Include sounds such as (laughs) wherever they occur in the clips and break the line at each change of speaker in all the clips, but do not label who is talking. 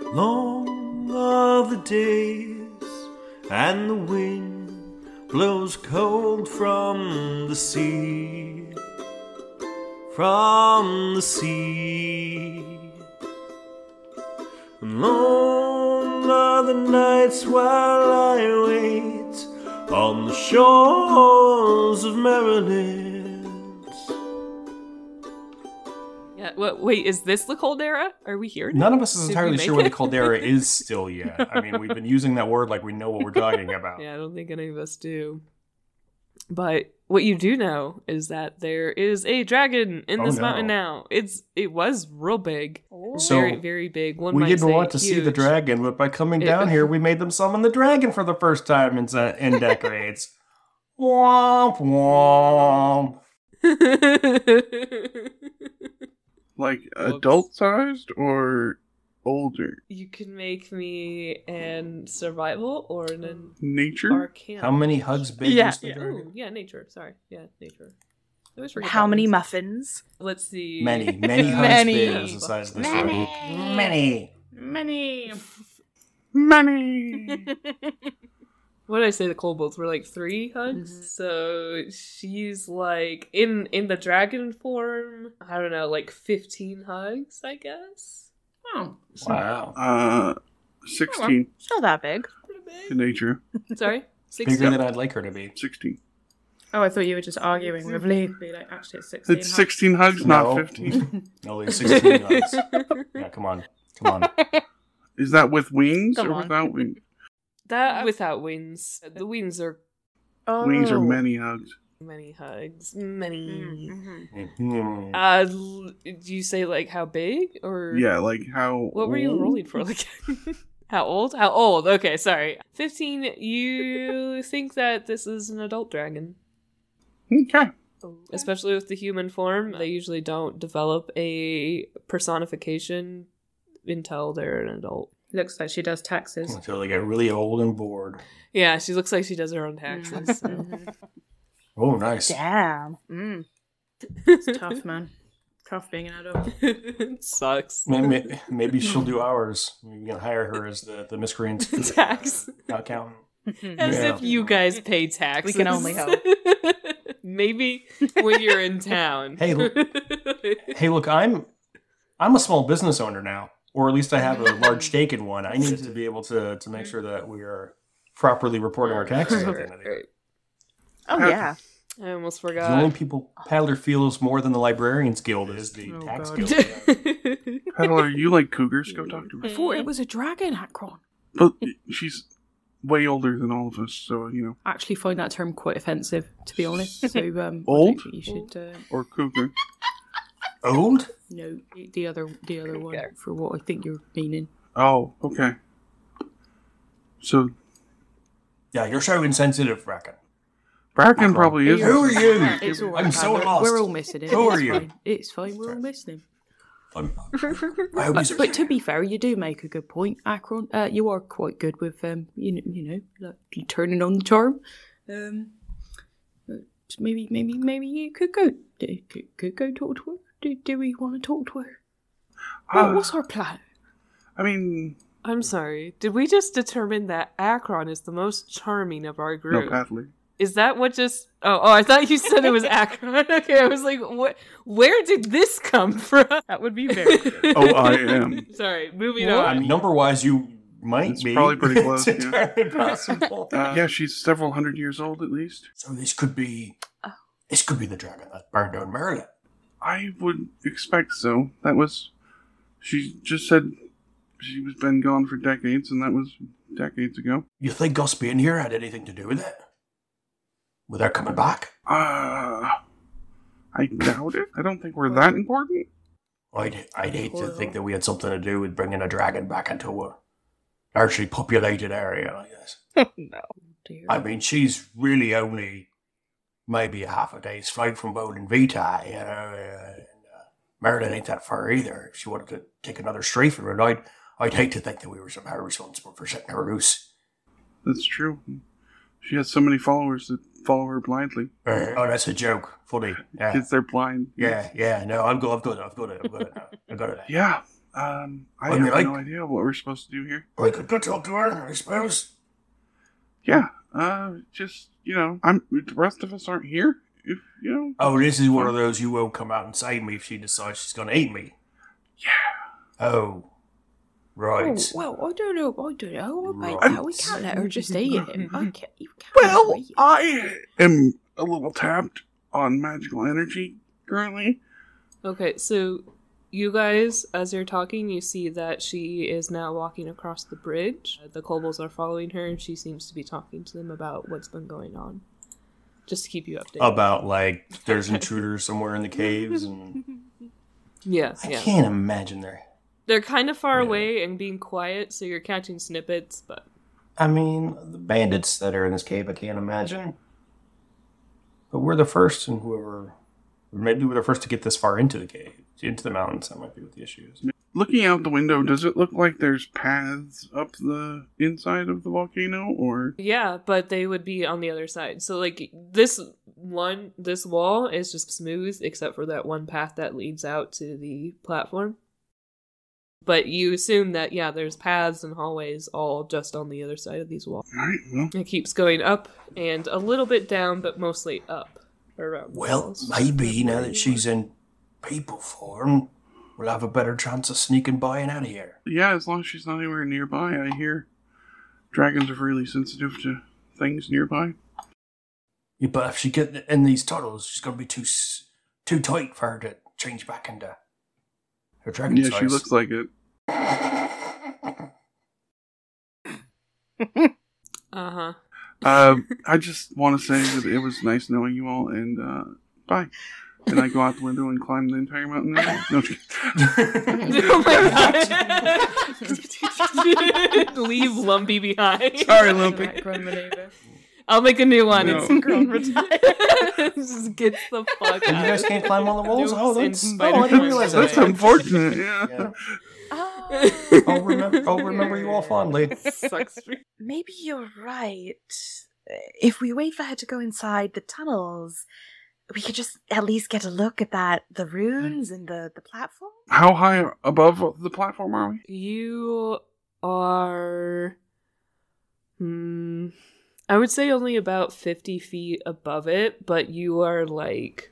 Long are the days, and the wind blows cold from the sea. From the sea. And long are the nights while I wait on the shores of Maryland.
Yeah. What? Wait, is this the Coldera? Are we here?
None of us is
Did we
entirely
make
sure where the
it?
caldera
(laughs)
is still yet. I mean, we've been using that word like we know what we're talking about.
Yeah, I don't think any of us do. But what you do know is that there is a dragon in
Oh,
this
no.
mountain now. It's it was real big,
Oh.
So-
very very big. One
we
might
didn't
say
want to see the
huge.
dragon, but by coming
It-
down here, we made them summon the dragon for the first time in, se-
(laughs)
in decades. womp womp.
Like
Whoops.
adult sized or older?
(laughs) you can make me an survival or an
Nature?
arcana.
How many hugs big
Yeah.
is the
Yeah,
dragon?
ooh, yeah, nature. Sorry, yeah, nature. I always forget
How
that
many
one's-
muffins?
Let's see. (laughs)
Many, many hugs
Many.
big is the size of this
Many.
dragon. Many.
Many. (laughs)
Money!
what did I say? The kobolds were like three hugs.
Mhm.
So she's like in in the dragon form. I don't know, like fifteen hugs, I guess.
Oh,
Wow.
(laughs) Uh, 16
still that big.
Oh,
to nature.
Sorry,
Bigger
sixteen.
than I'd like her to be.
16.
Oh, I thought you were just arguing with Lee. Be like, actually, it's sixteen.
It's 16 hugs, not
No.
15.
(laughs) No, it's
(laughs)
(laughs)
16 hugs. Yeah, come on. Come on.
Is that with wings
Come
or
on.
without wings?
that without wings, the wings are
Oh.
Wings are many hugs.
many hugs, many.
Mm-hmm.
Mhm.
Mhm.
Uh, l- do you say like how big or
Yeah, like how.
What were you
old?
rolling for? Like, (laughs) how old? How old? Okay, sorry. Fifteen. You think that this is an adult dragon,
Okay.
especially with the human form? They usually don't develop a personification until they're an adult.
Looks like she does taxes.
Until they get really old and bored.
Yeah, she looks like she does her own
(laughs)
taxes. so.
Oh, nice.
(laughs) Damn. Mm. It's tough, man. Tough being an adult.
(laughs) It Sucks.
May- may- Maybe she'll do ours. We can hire her as the, the
(laughs)
miscreant
(laughs) Tax.
accountant.
As
Yeah.
if you guys pay taxes.
We can only hope.
(laughs) Maybe when you're in town.
Hey,
(laughs)
l- Hey, look, I'm I'm a small business owner now, or at least I have a large stake in one. I need to be able to to make sure that we are properly reporting our taxes at the
(laughs)
end of the year.
(laughs) Oh
Okay.
(laughs) yeah.
I almost
The only
(laughs) forgot.
people Paddler feels more than the Librarians Guild is the
Oh,
tax
God.
(laughs)
guild.
Peddler, you like cougars? Go talk to
I
her.
thought
Mm-hmm.
it was a dragon, Akron.
But she's way older than all of us, so, you know.
I actually find that term quite offensive, to be honest. (laughs) So, um, I don't
Old?
think you should uh,
Or cougar.
Old?
no the other the other one for what I think you're meaning.
Oh, okay. So,
Yeah, you're so insensitive, Bracken.
Bracken probably isn't.
Who are you?
It's all
I'm so
we're,
lost.
We're all missing him.
Who
it's
are you?
Fine. It's fine. We're all missing him.
I'm-
(laughs)
I hope
But,
he's
but to be fair, you do make a good point, Akron. Uh, you are quite good with um, you know, you know, like you turning on the charm. Um, uh, maybe, maybe, maybe you could go, could, could go talk to her. Do, do we want to talk to her?
Ah,
What, what's our plan?
I mean,
I'm sorry. Did we just determine that Akron is the most charming of our
no,
group?
Paddler.
is that what just? Oh, oh, I thought you said it was Akron. (laughs) okay, I was like, what? Where did this come from?
That would be (laughs)
(laughs)
very.
Oh,
uh,
I am.
Sorry, moving
I
on.
mean, number wise, you might
It's
be.
probably
(laughs)
pretty close,
it's
yeah.
entirely
(laughs)
possible.
Uh, yeah, she's several hundred years old at least.
so this could be.
Oh.
This could be the dragon that burned down Maryland.
I would expect so. That was. She just said she was been gone for decades, and that was decades ago.
You think us being here had anything to do with it? With her coming back?
Uh, I doubt it. I don't think we're that important.
I'd, I'd hate to think that we had something to do with bringing a dragon back into a largely populated area like this.
no.
Dear.
I mean, she's really only maybe a half a day's flight from Bowden Vitae, you know. Uh, and, uh, Maryland ain't that far either. If she wanted to take another strafe and I'd, I'd hate to think that we were somehow responsible for setting her loose.
That's true. She has so many followers that follow her blindly
Uh, oh, that's a joke. Funny. Yeah.
because they're blind.
Yeah, yeah. No, I've got, I've got it. I've got it. I've got it. now. I've got it. now.
Yeah. Um, I
Well, I mean,
have no
like-
idea what we're supposed to do here.
We could go talk to her, I suppose.
Yeah, uh, just you know, I'm the rest of us aren't here. If you know,
Oh, this is one of those you won't come out and save me if she decides she's going to eat me. Yeah. Oh, right.
Oh, well, I don't know. I don't know about
Right.
that. We can't let her just eat him. I can't, you can't
well,
eat him.
I am a little tapped on magical energy currently.
Okay, so you guys, as you're talking, you see that she is now walking across the bridge. Uh, The kobolds are following her, and she seems to be talking to them about what's been going on. Just to keep you updated.
About like there's intruders somewhere in the caves, and
yeah,
I
yeah.
can't imagine there.
They're kind of far
Yeah.
away and being quiet, so you're catching snippets, but
I mean, the bandits that are in this cave, I can't imagine. But we're the first, and whoever, maybe we're the first to get this far into the cave, into the mountains. That might be what the issue is.
Looking out the window, does it look like there's paths up the inside of the volcano, or
yeah, but they would be on the other side. So like this one, this wall is just smooth except for that one path that leads out to the platform. But you assume that yeah, there's paths and hallways all just on the other side of these walls.
all right? Well,
It keeps going up and a little bit down, but mostly up or around. the
Well,
walls.
maybe now that she's in people form, we'll have a better chance of sneaking by and out of here.
yeah, as long as she's not anywhere nearby, I hear dragons are really sensitive to things nearby.
Yeah, but if she get in these tunnels, she's gonna be too s- too tight for her to change back into her dragon
Yeah,
size.
she looks like it.
Uh
(laughs)
huh.
Um, I just want to say that it was nice knowing you all, and uh, bye. And I go out the window and climb the entire mountain. No, I'm just kidding.
oh my god! (laughs) Leave Lumpy behind.
Sorry, Lumpy.
Background maneuver.
I'll make a new one.
No.
It's grown (laughs) retire. Just gets the fuck
And you
out.
guys
(laughs)
can't climb on the walls?
Noops
Oh,
and
that's, oh, I
Spider-Man.
didn't realize that.
That's
(laughs)
unfortunate. Yeah.
Yeah.
Oh,
(laughs) I'll, remember, I'll remember you all
(laughs)
fondly.
Sucks.
Maybe you're right. If we wait for her to go inside the tunnels, we could just at least get a look at that the runes and the the (sighs) platform.
How high above the platform are we?
You are. Hmm. I would say only about 50 feet above it, but you are like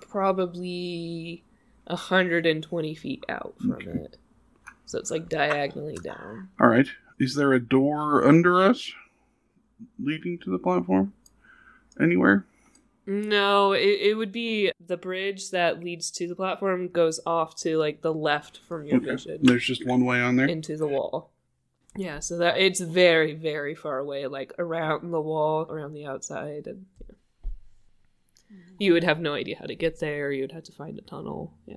probably 120 feet out from it. So it's like diagonally down.
All right. Is there a door under us leading to the platform? Anywhere?
No, it, it would be the bridge that leads to the platform goes off to like the left from your
Okay.
vision.
There's just one way on there.
into the wall. Yeah, so that it's very, very far away, like around the wall, around the outside, and yeah.
Mm-hmm.
you would have no idea how to get there. You would have to find a tunnel. Yeah,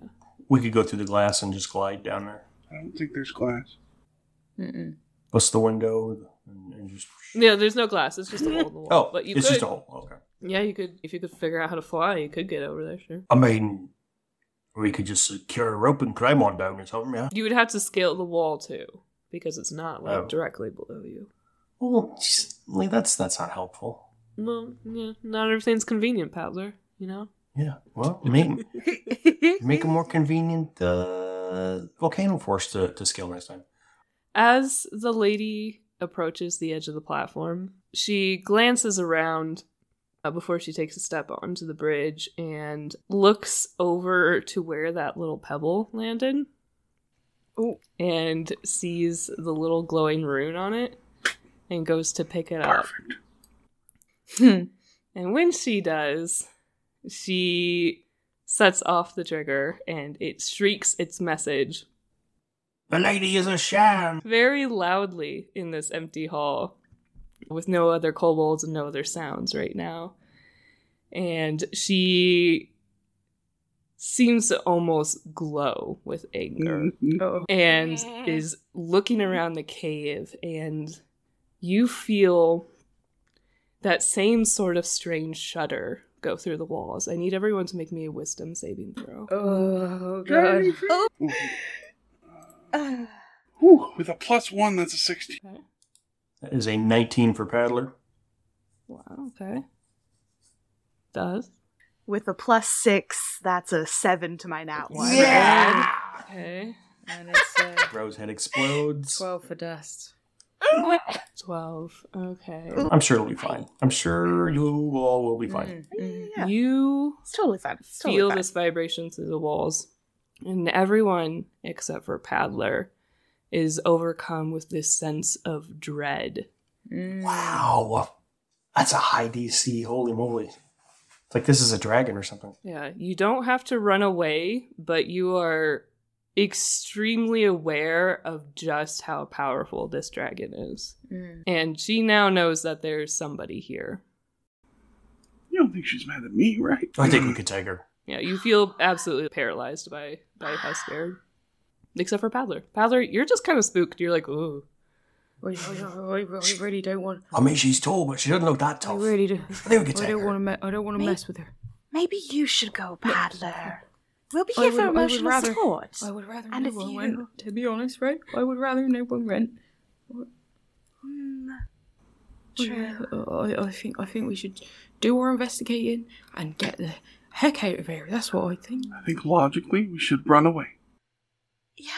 We could go through the glass and just glide down there.
I don't think there's glass.
(laughs) Mm-mm.
Bust the window and, and just.
yeah. There's no glass. It's just a hole in the wall.
Oh,
but you
it's
could,
just a hole. Okay.
yeah, you could if you could figure out how to fly, you could get over there. Sure,
I mean, we could just secure a rope and climb on down or something, yeah?
you would have to scale the wall too because it's not like
Oh.
directly below you.
Well, just, like, that's that's not helpful.
Well, yeah, not everything's convenient, Paddler. You know.
Yeah. Well, make make (laughs) it more convenient the volcano force to, to scale next time.
As the lady approaches the edge of the platform, she glances around uh, before she takes a step onto the bridge and looks over to where that little pebble landed.
Ooh.
And sees the little glowing rune on it and goes to pick it up.
Perfect.
(laughs)
And when she does, she sets off the trigger and it shrieks its message
The lady is a sham.
very loudly in this empty hall with no other kobolds and no other sounds right now. And she seems to almost glow with anger
(laughs)
Mm. Mm-hmm.
Oh.
and is looking around the cave and you feel that same sort of strange shudder go through the walls. I need everyone to make me a wisdom saving throw.
Oh, God.
Driving
Oh.
Whew, with a plus one, that's a 16.
Okay.
That is a 19 for paddler.
Wow, okay. Does.
With a plus six, that's a seven to my nat one.
Okay.
And it's uh,
Rose head explodes.
12 for dust.
12. Okay.
I'm sure it'll be fine. I'm sure you all will be fine.
Mm,
Yeah.
You
It's totally fine. It's totally
feel
fine.
this vibration through the walls, and everyone except for Paddler is overcome with this sense of dread.
mm.
Wow. That's a high DC. Holy moly. It's like this is a dragon or something.
Yeah, you don't have to run away, but you are extremely aware of just how powerful this dragon is.
Mm.
And she now knows that there's somebody here.
You don't think she's mad at me, right?
I think we could take her.
Yeah, you feel absolutely paralyzed by by how scared. Except for Paddler. Paddler, you're just kind of spooked. You're like, ooh.
I, I, I, I really don't want.
I mean, she's tall, but she doesn't look that
I
tough.
really do.
I think we could
I
take
don't
her.
want to. Me- I don't want to
Me-
mess with her.
Maybe you should go, Paddler. We'll be
I
here
would-
for
I would
emotional
rather-
support.
I would rather
And
no
if
one
you-
went. To be honest, right? I would rather no one went.
Hmm. True.
I, I think I think we should do our investigating and get the heck out of here. That's what I think.
I think logically we should run away.
Yeah.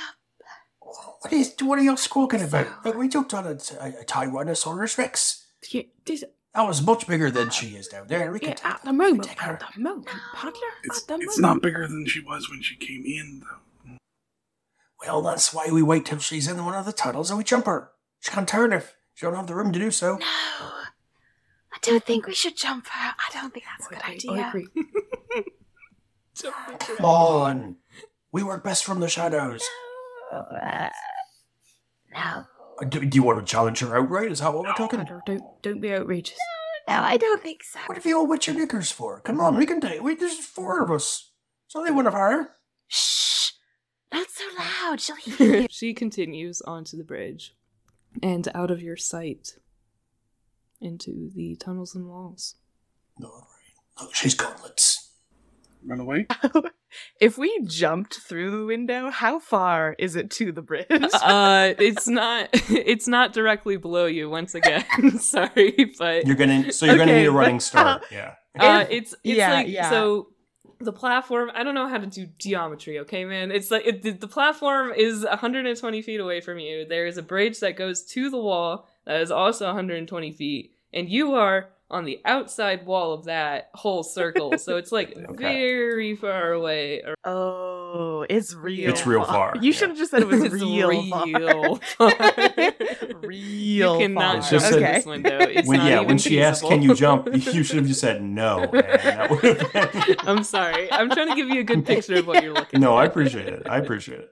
What, is, what are y'all squawking about? Look, we jumped on a, a, a Tyrannosaurus Rex.
Yeah, this,
That was much bigger than she is down there. We
yeah,
can take
at the moment,
Take her.
at the moment, paddler,
It's,
at the
it's not
moment.
bigger than she was when she came in, though.
Well, that's why we wait till she's in one of the tunnels and we jump her. She can't turn if she don't have the room to do so.
No. Oh, I don't think we should jump her. I don't think that's a good
I,
idea.
I agree.
Oh,
Come on. We work best from the shadows.
No. Uh, no.
Uh, Do, do you want to challenge her outright? Is that what we're talking?
Paddler, don't don't be outrageous.
No, I don't think so.
What have you all wet your knickers for? Come on, we can take. We, there's four of us. So they wouldn't have her.
Shh. Not so loud. She'll
(laughs)
hear you.
she continues onto the bridge and out of your sight into the tunnels and walls.
No, all right. Look, she's gone. Let's.
Run
(laughs)
away?
If we jumped through the window, how far is it to the bridge?
uh it's not (laughs) it's not directly below you once again. (laughs) Sorry, but
You're gonna. So you're gonna
Okay,
need a
but-
running start. yeah.
uh,
If-
it's it's
yeah,
like
yeah.
so the platform i don't know how to do geometry okay man it's like it, the- the platform is 120 feet away from you there is a bridge that goes to the wall that is also 120 feet and you are on the outside wall of that whole circle so
(laughs)
it's like very far away
oh, it's real.
It's real far,
(laughs)
yeah.
You should have just said it was
(laughs) It's
real,
real
far.
far.
(laughs) real.
you cannot
far.
It's just that-
jump through
okay.
this window it's
when
not
yeah,
even
when she asked, "Can you
feasible."
jump?" (laughs)
(laughs)
You should have just said no. and Oh, that would have been-
i'm sorry i'm trying to give you a good picture of what you're
(laughs)
looking
no, I
at.
appreciate it. I appreciate it.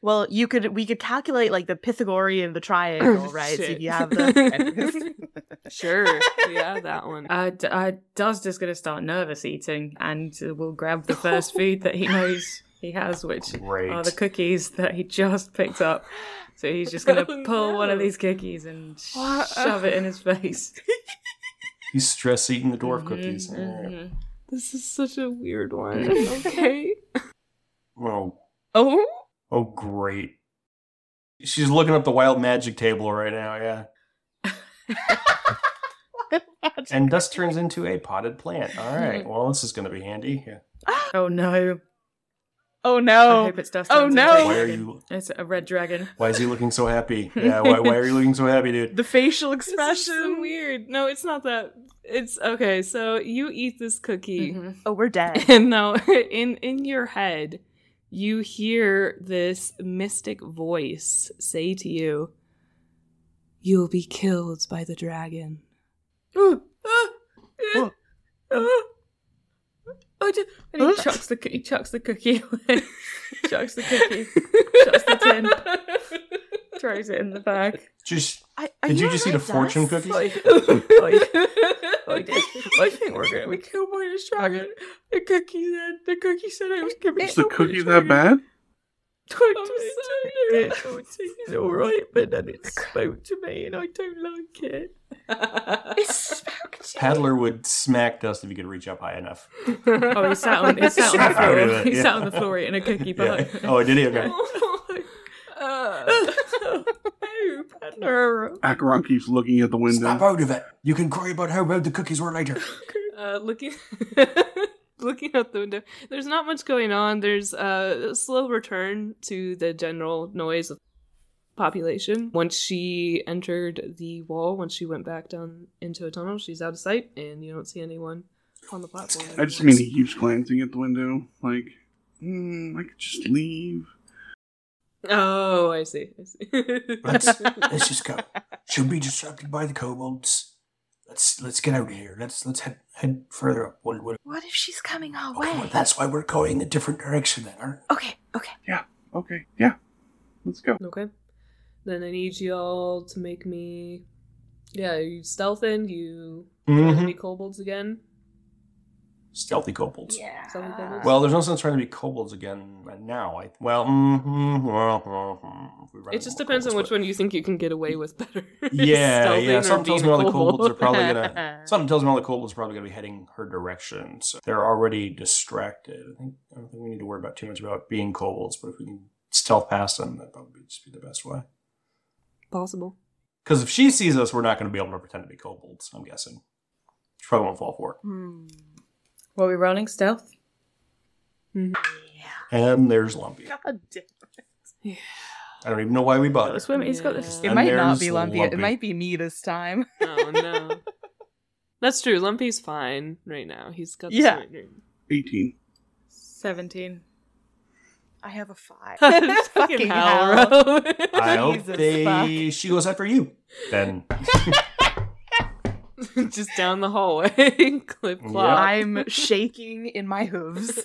Well, you could we could calculate like the Pythagorean the triangle, right? So
Shit.
if you have the (laughs)
Sure. Yeah, that one.
Uh, D- uh, Dust is going to start nervous eating, and uh, will grab the
(laughs)
first food that he knows he has, which
Great. (laughs)
are Oh, the cookies that he just picked up. So he's just going to
(laughs) Oh,
pull one of
no.
these cookies and sh-
What?
shove it in his face.
He's stress eating the dwarf cookies.
Mhm,
Yeah.
mhm.
This is such a weird one. Okay.
Well,
Oh
Oh, great. She's looking up the wild magic table right now, yeah. And dust turns into a potted plant. All right. Well, this is going to be handy. Yeah.
(laughs) Oh no!
Oh
I
no.
hope it's Dust.
Oh,
turns into a
no.
red
Why are
dragon.
you?
It's a red dragon.
Why is he looking so happy? Yeah. Why, why are you looking so happy, dude?
The facial
This is so
expression.
weird. No, it's not that. It's okay. So you eat this cookie,
Mhm.
oh, we're
(laughs)
dead.
and now in in your head, you hear this mystic voice say to you, "You'll be killed by the dragon."
Oh, oh, oh, oh. Oh, d- and he
Huh?
chucks the he chucks the cookie away. chucks the cookie, Shuts the (laughs) throws it in the bag. (laughs)
Just
I, are
did you,
all
just eat a
right,
fortune
Dust?
cookie?
Oi, oi, oi, I think we're gonna be killed by this dragon. The cookie said the cookie said I was gonna be
Is the
killed by
cookie
this
that
dragon.
bad?
Don't
(laughs) I'm
do
(laughs)
sorry.
it to me. It's alright, but then it spoke to me and I don't like
(laughs)
it.
Paddler would smack dust if he could reach up high enough.
Oh, he sat on, he sat on the
Shout out to
floor.
it,
He
yeah.
sat on the floor eating a
(laughs)
cookie
Yeah.
bite.
Oh, did he? Okay.
oh, Paddler.
Acheron keeps looking at the window.
Snap out of it. You can worry about how bad the cookies were later.
uh, looking (laughs) looking out the window. There's not much going on. There's uh, a slow return to the general noise of population. Once she entered the wall, once she went back down into a tunnel, she's out of sight, and you don't see anyone on the platform.
I just mean he keeps glancing at the window, like, hmm, I could just leave.
Oh, I see. I see.
Let's
(laughs)
let's just go. She'll be distracted by the kobolds. Let's let's get out of here. Let's let's head head further up. One one.
What if she's coming our
Okay, well,
way?
Oh, that's why we're going a different direction then, aren't
Okay, okay.
Okay, yeah, let's go.
Okay. Then I need you all to make me. Yeah, you stealthing, you
we?
roll
Mm-hmm.
me kobolds again.
Stealthy kobolds.
Stealthy kobolds.
Well, there's no sense trying to be kobolds again right now. I well, mm-hmm, well, mm-hmm, if we run
It
into
just
more
depends on
kobolds,
which one you think you can get away with better. (laughs)
but- Yeah,
Stealthing
yeah.
or
Something tells
being
me
a
all the kobolds
kobold.
are probably
(laughs)
gonna. Something tells me all the kobolds are probably gonna be heading her direction. So they're already distracted. I think I don't think we need to worry about too much about being kobolds, but if we can stealth past them, that probably just be the best way.
Possible.
Because if she sees us, we're not going to be able to pretend to be kobolds. I'm guessing. She probably won't fall for
Hmm.
(laughs) What are we rolling? Stealth?
it. And there's Lumpy.
God damn.
I don't even know why we
Got
bought
to
her.
swim. He's got
Yeah.
this.
It
It
And
might not
there's
be lumpy. It
Lumpy.
might be me this time.
Oh
(laughs)
no. That's true. Lumpy's fine right now. He's got the
Yeah.
sweet (laughs) dream.
18.
17.
I have a
(laughs)
five.
Fucking hell.
Halro. (laughs)
I hope
Jesus
they.
fuck.
She goes after you. Then
Just down the hallway. (laughs) Clip (laughs)
(laughs)
clop.
I'm shaking in my
(laughs)
hooves.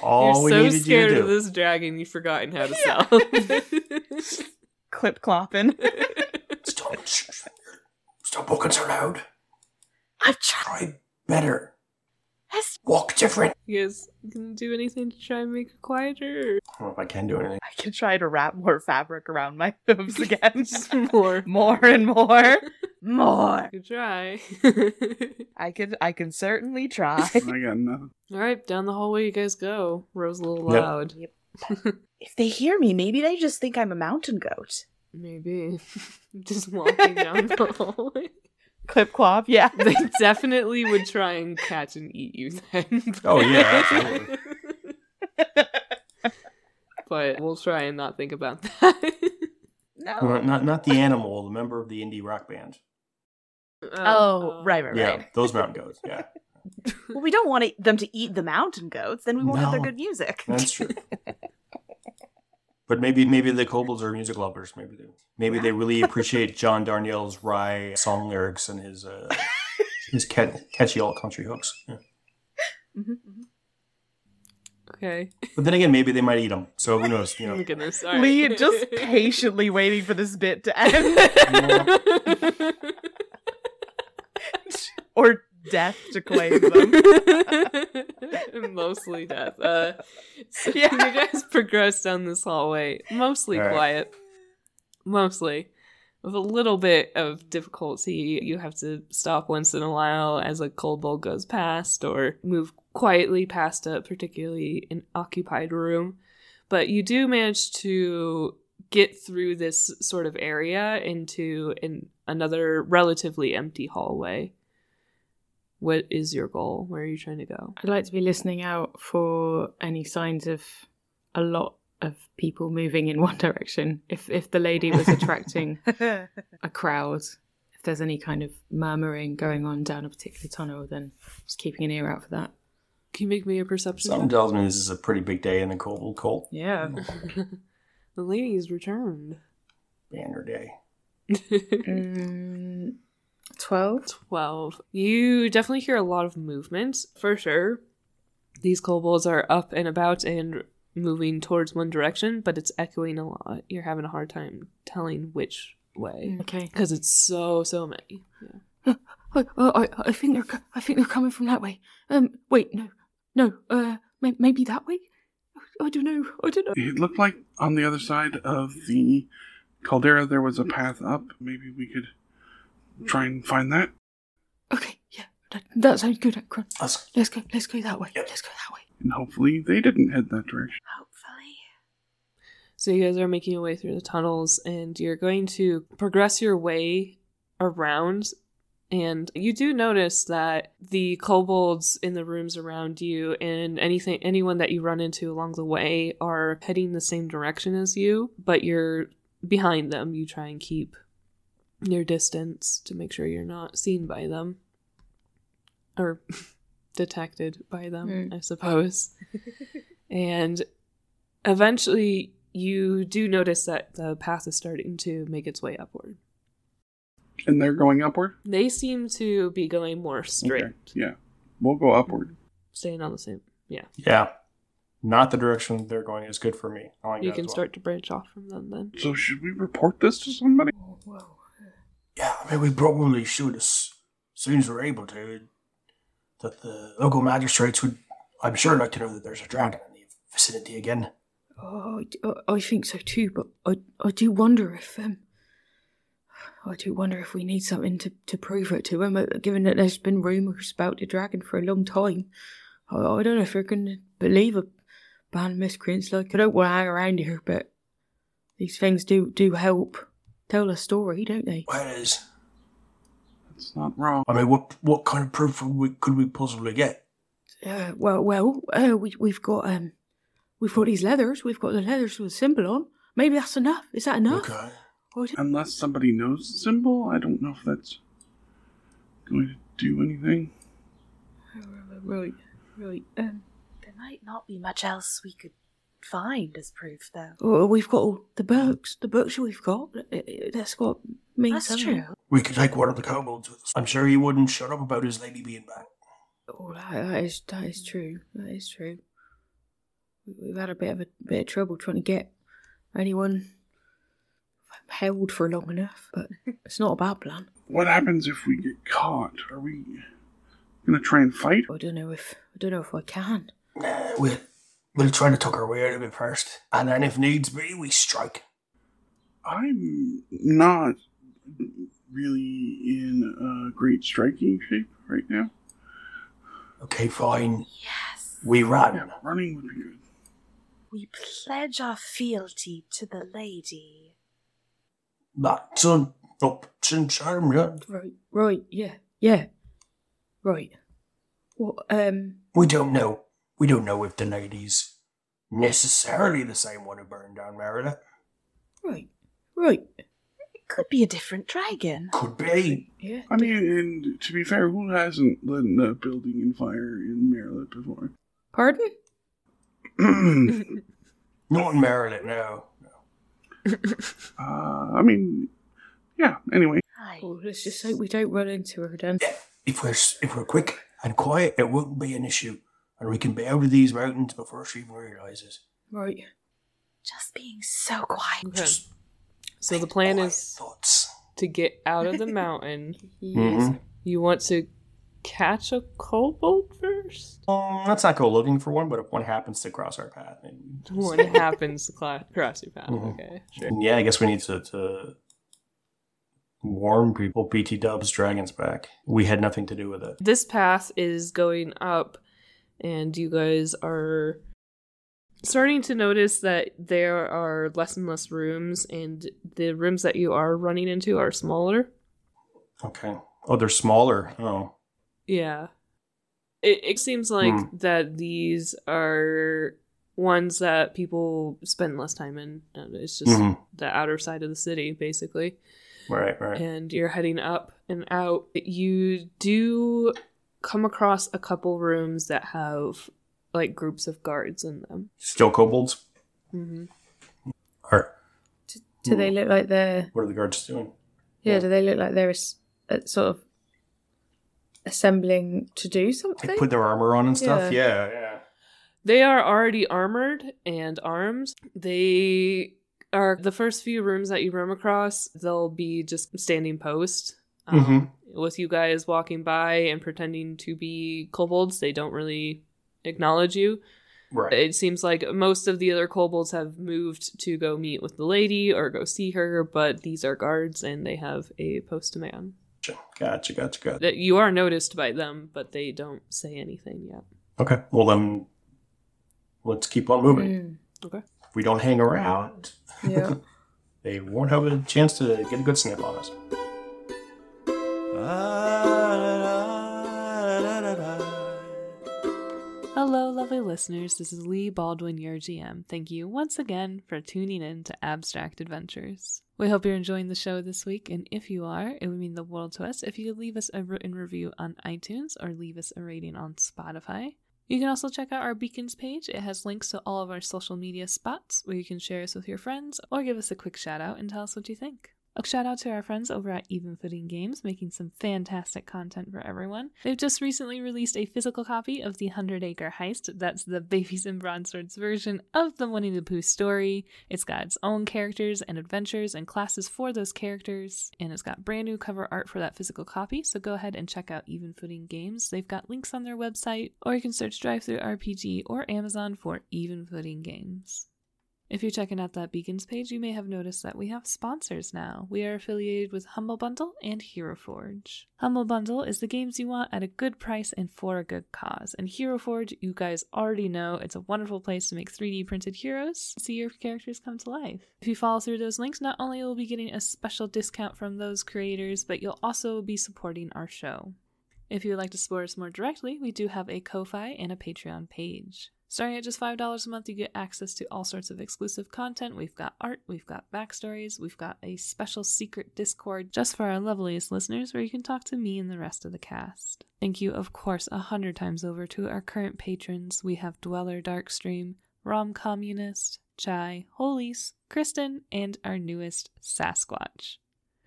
all we
You're so
needed you
scared
to do.
of this dragon, you've forgotten how
(laughs)
to sell. (laughs)
Clip clopping.
Stop. shh, shh. Stop walking so loud.
I'm trying.
Try better.
Yes.
Walk different.
(laughs) you guys can do anything to try and make it quieter?
I don't know if I can do anything.
I can try to wrap more fabric around my (laughs) hooves again.
Just (laughs) more.
(laughs) more and more.
(laughs)
More.
You could try. (laughs)
I could I can certainly try.
I got nothing.
All right, down the hallway you guys go. Rose a little
Yep.
loud.
If they hear me, maybe they just think I'm a mountain goat.
Maybe. (laughs) Just walking
(laughs)
down the hallway.
Clip clop, yeah.
They definitely would try and catch and eat you then.
Oh, yeah, absolutely.
(laughs) but we'll try and not think about that. (laughs) Oh.
No.
Not, not not the animal, the member of the indie rock band.
Um,
Oh, right, right,
Yeah,
right.
those mountain goats.
(laughs)
Yeah,
Well, we don't want it- them to eat the mountain goats, then we won't have their
No.
good music. (laughs)
that's true. But maybe maybe the kobolds are music lovers. Maybe they maybe they
(laughs)
really appreciate John Darnielle's wry song lyrics and his
(laughs)
uh, his ca- catchy old country hooks. Yeah.
Mm-hmm,
Okay.
But then again, maybe they might eat them. So who knows? You
Oh
know.
my goodness. All right.
Lee
(laughs)
just patiently waiting for this bit to end (laughs) or death to claim them.
(laughs)
(laughs) mostly death. Uh, so
Yeah.
you guys progress down this hallway, mostly
All right.
quiet, mostly with a little bit of difficulty. You have to stop once in a while as a cold bowl goes past, or move quietly past a particularly an occupied room. But you do manage to get through this sort of area into an, another relatively empty hallway. What is your goal? Where are you trying to go?
I'd like to be listening out for any signs of a lot of people moving in one (laughs) direction. If if the lady was attracting a crowd, if there's any kind of murmuring going on down a particular tunnel, then just keeping an ear out for that.
Can you make me a perception?
Something
check?
tells me this is a pretty big day in the kobold cult.
Yeah.
(laughs) the lady's returned.
Banner day.
Mm, 12?
12. You definitely hear a lot of movement, for sure. These kobolds are up and about and moving towards one direction, but it's echoing a lot. You're having a hard time telling which way
Okay.
because it's so, so many. Yeah.
I, oh, I, I think they're co- I think they're coming from that way. Um, wait, no, no. Uh, may, maybe that way. I don't know. I don't know.
It looked like on the other side of the caldera there was a path up. Maybe we could try and find that.
Okay, yeah, that, that sounds good. Akron.
Let's-
Let's go. Let's go that way.
Yep.
Let's go that way.
And hopefully they didn't head that direction.
Hopefully.
So you guys are making your way through the tunnels and you're going to progress your way around And you do notice that the kobolds in the rooms around you and anything anyone that you run into along the way are heading the same direction as you, but you're behind them. You try and keep your distance to make sure you're not seen by them or (laughs) detected by them,
Mm.
I suppose. and eventually you do notice that the path is starting to make its way upward.
And they're going upward?
They seem to be going more straight,
Okay. Yeah. We'll go upward.
staying on the same. Yeah,
Yeah. Not the direction they're going is good for me. I like
you
that
can
as well.
start to branch off from them then.
So should we report this to somebody?
Yeah, I mean, we probably should as soon as we're able to. That the local magistrates would, I'm sure, like to know that there's a dragon in the vicinity again.
Oh, I d- I, I think so too, but I, I do wonder if um, I do wonder if we need something to, to prove it to him. uh, Given that there's been rumours about the dragon for a long time, I, I don't know if you're going to believe a band of miscreants. Like I don't want to hang around here, but these things do do help tell a story, don't they?
Well, it is.
That's not wrong.
I mean, what what kind of proof would we, could we possibly get?
Uh, well, well, uh, we we've got um, we've got these leathers. We've got the leathers with a symbol on. Maybe that's enough. Is that enough?
Okay.
I don't-
Unless somebody knows the symbol, I don't know if that's going to do anything.
Right, right. Um,
There might not be much else we could find as proof, though.
oh, we've got all the books. The books we've got. uh, uh, That's got me.
That's true.
We could take one of the kobolds with us. I'm sure he wouldn't shut up about his lady being back.
Oh, that, that is that is true. That is true. We- We've had a bit of a bit of trouble trying to get anyone held for long enough,
(laughs)
but it's not a bad plan.
What happens if we get caught? Are we going to try and fight?
I don't know if I don't know if I can.
Nah, we'll, we'll try to tuck our way out of it first. And then, if needs be, we strike.
I'm not really in a great striking shape right now.
Okay, fine.
Yes.
We
Yeah,
run.
running would be good.
We pledge our fealty to the lady.
That's on up some charm, oh, yeah.
Right, right, yeah, yeah, right. What? Um,
We don't know. We don't know if the lady's necessarily the same one who burned down Merida.
right, right,
It could be a different dragon.
Could be.
yeah.
I mean, and to be fair, who hasn't lit a building in fire in Maryland before? (clears throat)
Pardon?
Not in Maryland, no.
uh, I mean, yeah, anyway.
Aye.
Oh, let's just hope we don't run into her then.
If we're s- if we're quick and quiet, it won't be an issue, and we can be out of these mountains before she even realizes.
Right.
Just being so quiet.
Okay. So the plan
Quiet
is
thoughts.
to get out of the mountain.
Mm-hmm.
Yes.
You want to catch a kobold first?
Um, let's not go looking for one, but if one happens to cross our path, then
One happens to cla- cross your path.
Mhm.
Okay.
yeah, I guess we need to, to warn people. BT Dubs, dragons back. We had nothing to do with it.
This path is going up, and you guys are starting to notice that there are less and less rooms, and the rooms that you are running into are smaller.
Okay. Oh, they're smaller. Oh,
Yeah. It, it seems like
Hmm.
that these are ones that people spend less time in. and It's just
Mhm.
the outer side of the city, basically.
right, right.
and you're heading up and out, you do come across a couple rooms that have like groups of guards in them.
Still kobolds.
Mm-hmm.
Or
Do
Hmm.
they look like they're?
what are the guards doing?
Yeah. Do they look like they're as- uh, sort of assembling to do
They
something?
put their armor on and stuff. Yeah, yeah.
They are already armored and armed. They are the first few rooms that you roam across, they'll be just standing post.
Mm-hmm.
Um,
Mm-hmm.
With you guys walking by and pretending to be kobolds, they don't really acknowledge you.
Right.
it seems like most of the other kobolds have moved to go meet with the lady or go see her, but these are guards and they have a post man.
Gotcha, gotcha, gotcha.
That you are noticed by them, but they don't say anything yet.
Okay. Well then, let's keep on moving.
Mm,
If we don't hang around,
(laughs)
Hmm, yeah.
they won't have a chance to get a good snip on us.
I
Hello, lovely listeners. This is Lee Baldwin, your GM. Thank you once again for tuning in to Abstract Adventures. We hope you're enjoying the show this week, and if you are, it would mean the world to us if you could leave us a written review on iTunes or leave us a rating on Spotify. You can also check out our Beacons page. It has links to all of our social media spots where you can share us with your friends or give us a quick shout out and tell us what you think. A shout out to our friends over at Even Footing Games, making some fantastic content for everyone. They've just recently released a physical copy of The Hundred Acre Heist. That's the (laughs) Babies and Bronze Swords version of the Winnie the Pooh story. It's got its own characters and adventures and classes for those characters, and it's got brand new cover art for that physical copy. So go ahead and check out Even Footing Games. They've got links on their website, or you can search Drive Through RPG or Amazon for Even Footing Games. If you're checking out that Beacons page, you may have noticed that we have sponsors now. We are affiliated with Humble Bundle and Hero Forge. Humble Bundle is the games you want at a good price and for a good cause. And Hero Forge, you guys already know, it's a wonderful place to make 3D printed heroes, see your characters come to life. If you follow through those links, not only will you be getting a special discount from those creators, but you'll also be supporting our show. If you would like to support us more directly, we do have a Ko-Fi and a Patreon page. Starting at just $5 a month, you get access to all sorts of exclusive content. We've got art, we've got backstories, we've got a special secret Discord just for our loveliest listeners where you can talk to me and the rest of the cast. Thank you, of course, a hundred times over to our current patrons. We have Dweller Darkstream, Rom Communist, Chai, Holies, Kristen, and our newest Sasquatch.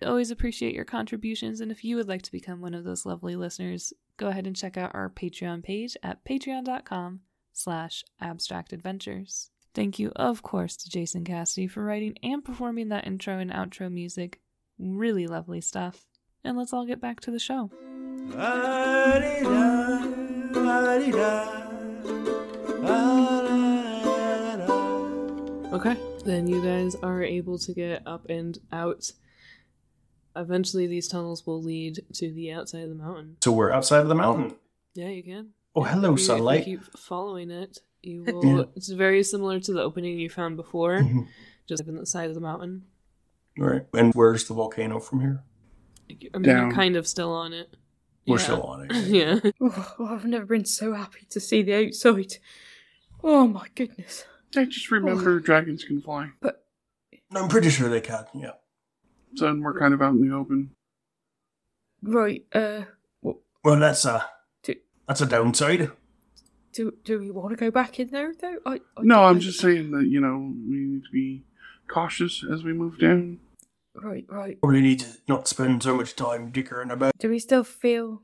We always appreciate your contributions, and if you would like to become one of those lovely listeners, go ahead and check out our Patreon page at patreon.com slash abstract adventures. Thank you, of course, to Jason Cassidy for writing and performing that intro and outro music. Really lovely stuff. And let's all get back to the show.
La-di-da, la-di-da, la-la-la-la.
Okay. Then you guys are able to get up and out. Eventually, these tunnels will lead to the outside of the mountain.
So we're outside of the mountain.
Yeah, you can.
Oh, hello,
If you- if you
sunlight.
keep following it, you will. It's very similar to the opening you found before,
Mhm.
just up in the side of the mountain.
All right. And where's the volcano from here?
Like, I mean, you're
Down.
kind of still on it.
We're
Yeah.
still on
(laughs)
it.
yeah.
Oh, oh, I've never been so happy to see the outside. Oh my goodness.
I just remember dragons can fly,
I'm pretty sure they can. Yeah.
so we're kind of out in the open.
Right, uh,
Well, that's a
Do-
that's a downside.
do do we want to go back in there though? I, I
No,
don't
I'm
know.
just saying that you know we need to be cautious as we move down.
Right, right.
Probably need to not spend so much time dickering about.
Do we still feel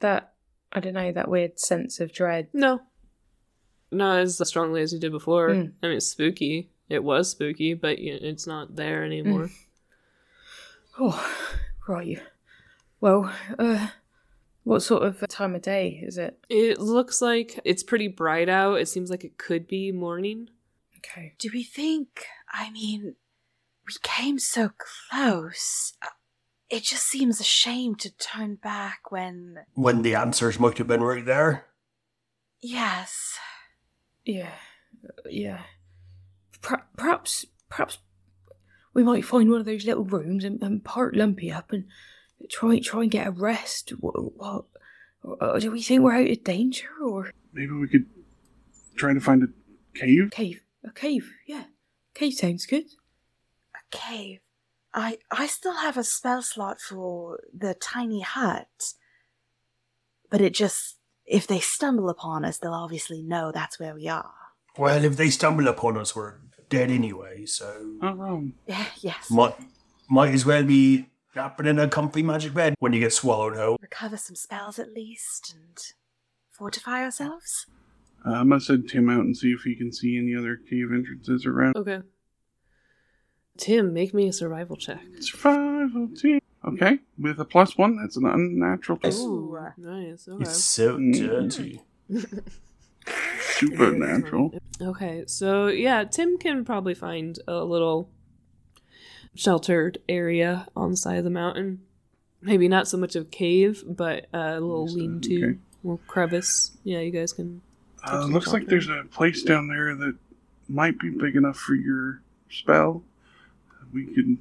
that, I don't know, that weird sense of dread?
No. Not as strongly as you did before.
Mm.
I mean, it's spooky. It was spooky, but you it's not there anymore.
Mm.
Oh, right.
Well, uh, what sort of time of day is it?
It looks like it's pretty bright out. It seems like it could be morning.
Okay.
Do we think? I mean, we came so close. Uh, It just seems a shame to turn back when.
When the answers might have been right there.
Yes.
Yeah, yeah. Per- perhaps, perhaps we might find one of those little rooms and, and part Lumpy up and try try and get a rest. What? Uh, do we think we're out of danger or
Maybe we could try to find a cave.
cave? A cave? Yeah, cave sounds good.
A cave. I I still have a spell slot for the tiny hut. But it just if they stumble upon us, they'll obviously know that's where we are. (laughs)
Well, if they stumble upon us, we're dead anyway. So
Not wrong.
Yeah, yes.
might might as well be napping in a comfy magic bed when you get swallowed whole.
Recover some spells at least and fortify ourselves.
Uh, I'm gonna send Tim out and see if he can see any other cave entrances around.
Okay. Tim, make me a survival check.
Survival team. oh Okay, with a plus one, that's an unnatural plus.
Ooh, nice.
Oh,
Okay.
It's so
Mm.
dirty.
Supernatural.
Okay, so yeah, Tim can probably find a little sheltered area on the side of the mountain. Maybe not so much of a cave, but a little
Yes, uh,
lean to,
okay.
little crevice. Yeah, you guys can.
Uh, looks like there's a place down there that might be big enough for your spell. We could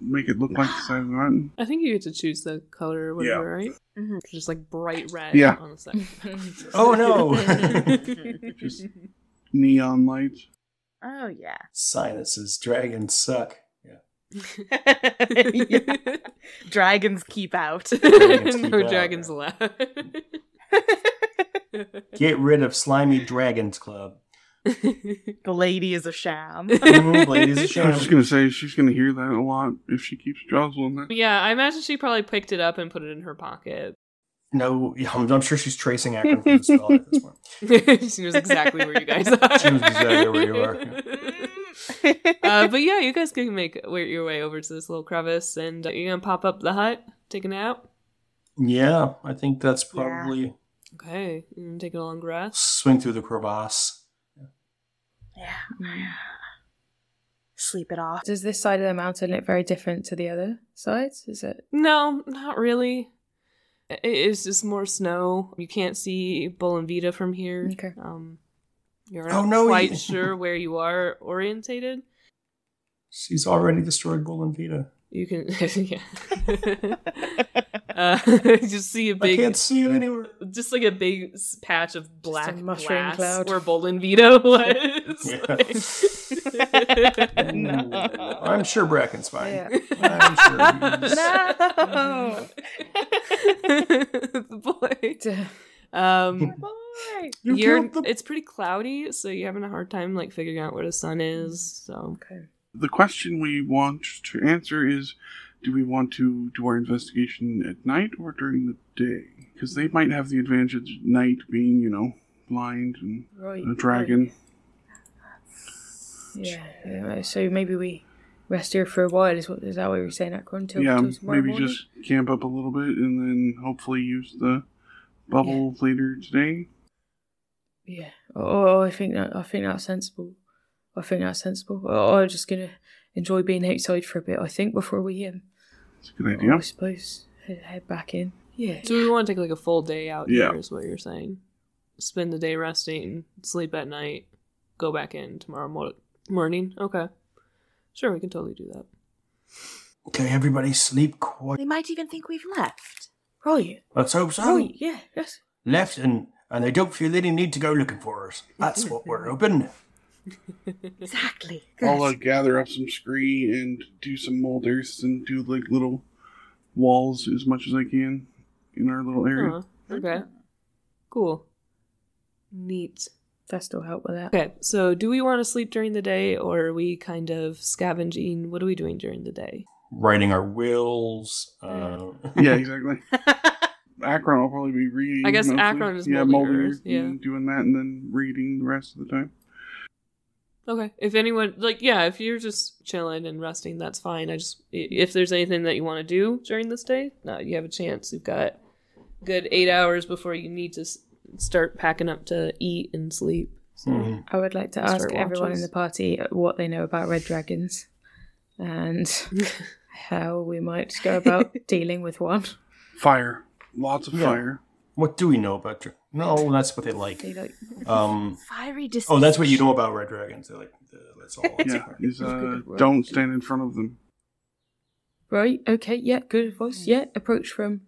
make it look like the side of the mountain?
I think you get to choose the color or whatever, right?
Mhm.
Just like bright red
Yeah.
on the side.
Oh, no.
Just (laughs) neon lights.
Oh yeah.
Sinuses, dragons suck. Yeah.
Yeah. Dragons keep out. (laughs)
(laughs)
Dragons keep
no
out,
dragons
yeah.
allowed. (laughs)
Get rid of slimy dragons club.
the lady is a sham. (laughs)
Mm,
Mhm,
(laughs)
ladies and
I was just
gentlemen.
gonna say she's gonna hear that a lot if she keeps jostling that.
yeah, I imagine she probably picked it up and put it in her pocket.
No, yeah, I'm, I'm sure she's tracing Akron for the spell at this point.
(laughs) she knows exactly where you guys are.
(laughs) She knows exactly where you are.
(laughs) uh, but yeah, you guys can make wa- your way over to this little crevice, and uh, you're gonna pop up the hut, take a nap.
Yeah, I think that's probably
Okay, you gonna take a long rest.
swing through the crevasse.
Yeah. Sleep it off.
Does this side of the mountain look very different to the other sides? Is it?
No, not really. I- It's just more snow. You can't see Bolinvita from here.
Okay.
Um, you're
Oh,
not
no,
quite
you- (laughs)
sure where you are orientated.
She's already destroyed Golden Vita.
You can, (laughs) yeah. uh, (laughs) just see a
I
big
can't see it anywhere.
just like a big s- patch of black
mushroom
glass
cloud.
where Bolin Vito (laughs) was.
Yeah.
(laughs)
(laughs)
Like-
Ooh, I'm sure Bracken's fine.
Yeah.
I'm sure he's-
(laughs)
Oh.
no.
the (laughs) boy. Um,
Boy.
You
(laughs) you're-
killed the-
it's pretty cloudy, so you're having a hard time like figuring out where the sun is. So
The question we want to answer is do we want to do our investigation at night or during the day? Because they might have the advantage of night being, you know, blind and
Right.
a dragon.
Yeah. yeah, right. So maybe we rest here for a while. Is what is that what you're saying, Akron? Till,
yeah,
till tomorrow
maybe
morning?
just camp up a little bit and then hopefully use the bubble later today.
Yeah. Oh, oh, I think that I think that's sensible. I think that's sensible. Oh, I'm just gonna enjoy being outside for a bit. I think before we um,
It's a good idea.
I suppose head, head back in. Yeah.
do we want to take like a full day out
Yeah.
here? Is what you're saying? Spend the day resting, sleep at night, go back in tomorrow mo- morning. Okay, sure, we can totally do that.
Okay, everybody sleep quiet.
They might even think we've left.
Right.
Let's hope so.
Right. Yeah. Yes.
Left and and they don't feel any need to go looking for us. That's what we're hoping.
Exactly.
I'll
Oh,
uh, gather up some scree and do some mold earths and do like little walls as much as I can in our little area.
Huh, Okay. Cool. Neat.
That still help with that.
Okay, so do we want to sleep during the day or are we kind of scavenging? What are we doing during the day?
Writing our wills. Uh, (laughs)
yeah, exactly. Akron will probably be reading.
I guess
mostly.
Akron is
yeah,
molding
molding
hers,
and doing that and then reading the rest of the time.
Okay, if anyone, like, yeah, if you're just chilling and resting, that's fine. I just, i- if there's anything that you want to do during this day, no, you have a chance. You've got good eight hours before you need to s- start packing up to eat and sleep. So.
Mhm.
I would like to
Start
ask everyone
watches.
in the party what they know about red dragons, (laughs) and how we might go (laughs) about dealing with one.
Fire, lots of fire.
What do we know about? dra- No, that's what they like.
They like
Um.
(laughs) Fiery dis-
Oh, that's what you know about red dragons. They like. Uh, that's all.
Yeah, is uh,
Good work.
don't stand in front of them.
right. Okay. Yeah. Good advice. Yeah. Approach from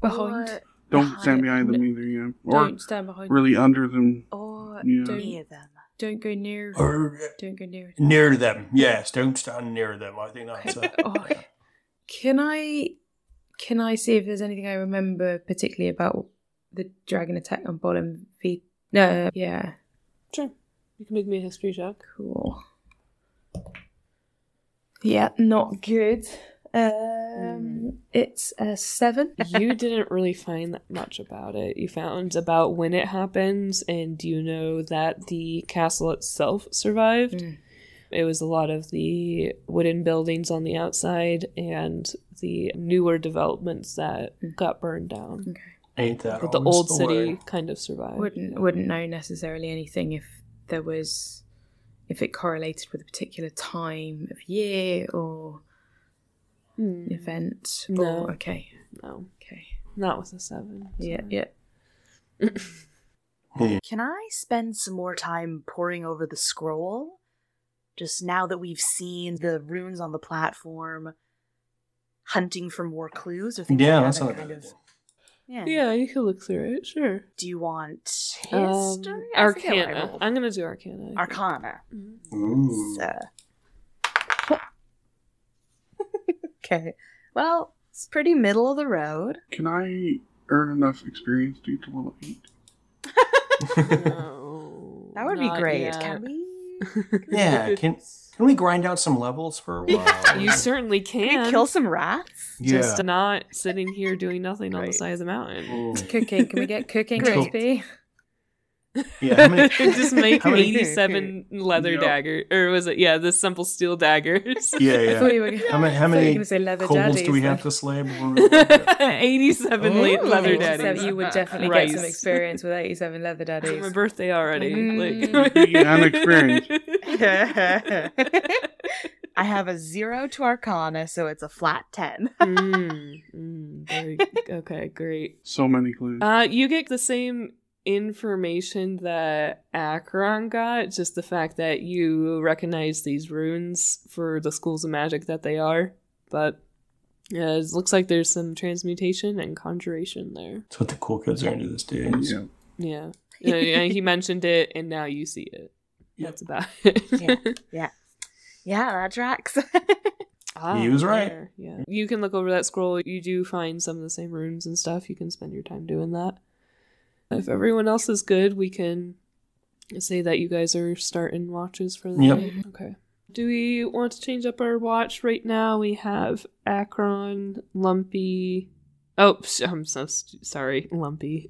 behind.
Or,
Don't stand behind them either. Yeah, or
Don't stand behind.
really under them.
or
Yeah.
near them.
Don't go near.
Or uh,
Don't go near.
near them. Yes, don't stand near them. I think that's. Uh,
Oh, can I? Can I see if there's anything I remember particularly about the dragon attack on Bolin V? No. Yeah.
Sure. You can make me a history check.
Cool. Yeah. Not good. Um, it's a seven.
you didn't really find that much about it. You found about when it happens, and you know that the castle itself survived.
Mm.
It was a lot of the wooden buildings on the outside and the newer developments that
Mm.
got burned down.
Okay.
ain't that
But the
always
old
the
city
way?
kind of survived.
wouldn't wouldn't know necessarily anything if there was if it correlated with a particular time of year or
Hmm,
event.
No.
Or, okay.
No,
Okay.
not with a seven.
Yeah.
sorry.
Yeah.
Can I spend some more time poring over the scroll? Just now that we've seen the runes on the platform, hunting for more clues or things
Yeah,
like
that's
that.
not a
that kind
bad
of,
idea.
yeah.
Yeah, you can look through it. Sure.
Do you want
Um,
history? I forget what I
Arcana.
rolled.
I'm gonna do Arcana. I think.
Arcana.
Ooh.
So. (laughs) okay. Well, it's pretty middle of the road.
Can I earn enough experience to get to level eight?
No,
(laughs) That would be
not
great.
yet.
Can we?
yeah, can can we grind out some levels for a while?
(laughs) You certainly
Can
can.
we kill some rats?
yeah.
Just not sitting here doing nothing on the
Right.
side of the mountain.
Mm.
Cooking. Can we (laughs) get cooking
Cool.
XP?
yeah.
(laughs)
How many,
Just make
How many-
(laughs) 87 leather
Yep.
dagger. Or was it? Yeah, the simple steel daggers.
(laughs) yeah,
(laughs)
I
yeah.
thought you were,
How many, how
I thought you were
many
going to say leather
kobolds
daddies.
do we have
then.
to slay? before we-
(laughs) 87 le-
Ooh.
leather
So
daddies.
you would definitely get
Rice.
some experience with 87 (laughs) leather
It's my
daddies.
birthday already. Like, (laughs)
Mm.
Yeah, I'm experienced.
I have a zero to Arcana, so it's a flat ten.
Mm, mm, very, okay, great.
So many clues.
Uh, you get the same information that Akron got, just the fact that you recognize these runes for the schools of magic that they are. But uh, it looks like there's some transmutation and conjuration there.
That's what the cool kids are into these days.
yeah.
Yeah. Uh, and he mentioned it, and now you see it. That's about
Yeah.
it.
Yeah, that (laughs) tracks.
Ah,
He was right.
there, Yeah. You can look over that scroll. You do find some of the same rooms and stuff. You can spend your time doing that. If everyone else is good, we can say that you guys are starting watches for the
Yep.
night. Okay. Do we want to change up our watch right now? We have Akron, Lumpy. Oh, (laughs) psh, I'm so st- sorry, Lumpy.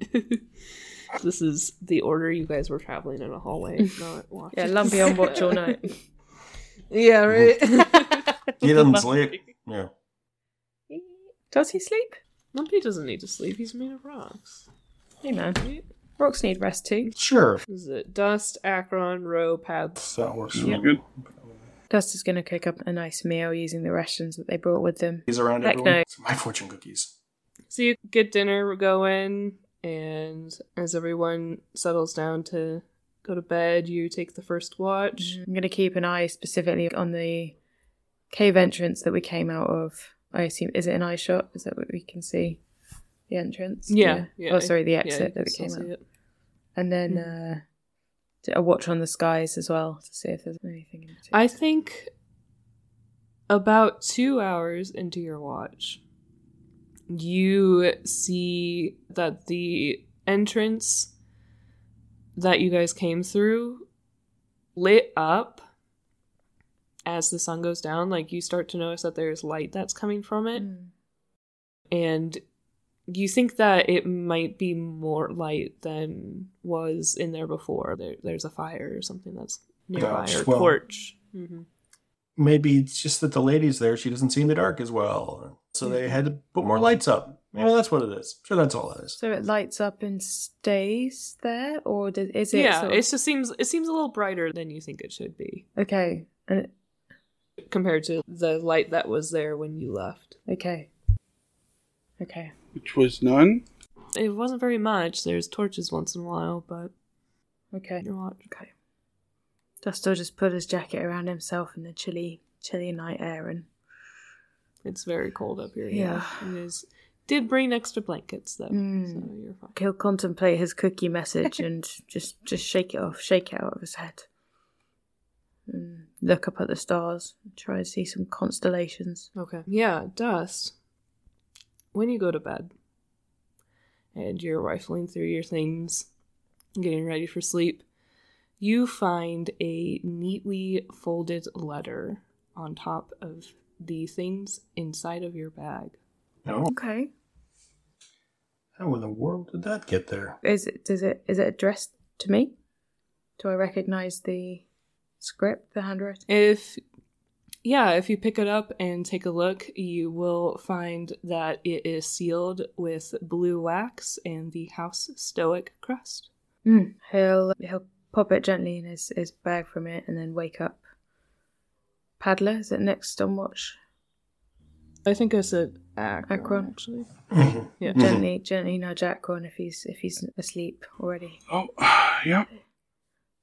(laughs) this is the order you guys were traveling in
(laughs)
a hallway, not watches.
Yeah, lumpy on watch
(laughs)
all night.
yeah,
(laughs)
right. He
(laughs)
doesn't
Lumpy.
sleep. Yeah.
(laughs) Does he sleep?
Lumpy doesn't need to sleep. He's made of rocks.
Hey, man.
Right?
Rocks need rest too.
Sure.
Is it dust, Akron, row, pad?
So that works.
Sounds good.
Dust is going to cook up a nice meal using the rations that they brought with them.
He's around
Heck
everyone.
no.
It's my fortune cookies.
So you get dinner going, and as everyone settles down to go to bed, you take the first watch.
I'm going to keep an eye specifically on the cave entrance that we came out of. I assume is it an eye shot? Is that what we can see? The entrance.
Yeah, yeah.
Oh, sorry, the
Yeah,
exit
you can
that we
still
came
see
out.
it. Hmm.
And then uh, d- a watch on the skies as well to see if there's anything. In particular.
I think about two hours into your watch, you see that the entrance that you guys came through lit up as the sun goes down. Like you start to notice that there's light that's coming from it,
Mm.
and you think that it might be more light than was in there before. There, there's a fire or something that's
Yeah,
nearby, or
just-
a
well-
torch.
Mm-hmm.
hmm
Maybe it's just that the lady's there. She doesn't see in the dark as well. So they had to put more lights up. Yeah, that's what it is. Sure, that's all it is.
So it lights up and stays there, or does, is it?
yeah,
sort of-
it just seems it seems a little brighter than you think it should be
okay. And it,
compared to the light that was there when you left.
okay, okay.
Which was none.
It wasn't very much. There's torches once in a while, but
Okay.
your watch.
Okay. Dusto just put his jacket around himself in the chilly, chilly night air, and
It's very cold up here.
Yeah.
it is. Did bring extra blankets though,
Mm.
so you're fine.
he'll contemplate his cookie message and just just shake it off, shake it out of his head, and look up at the stars, and try and see some constellations.
Okay. Yeah, dust. When you go to bed and you're rifling through your things, getting ready for sleep, you find a neatly folded letter on top of the things inside of your bag.
No.
Okay.
How in the world did that get there?
Is it does it is it addressed to me? Do I recognise the script, the handwriting?
If yeah, if you pick it up and take a look, you will find that it is sealed with blue wax and the house stoic crest.
Mm. He'll he'll pop it gently in his, his bag from it and then wake up. Paddler, is it next on watch?
I think I said Akron,
Akron.
actually.
Yeah.
Mhm.
Gently gently nudge Akron if he's if he's asleep already.
Oh, (sighs) yeah.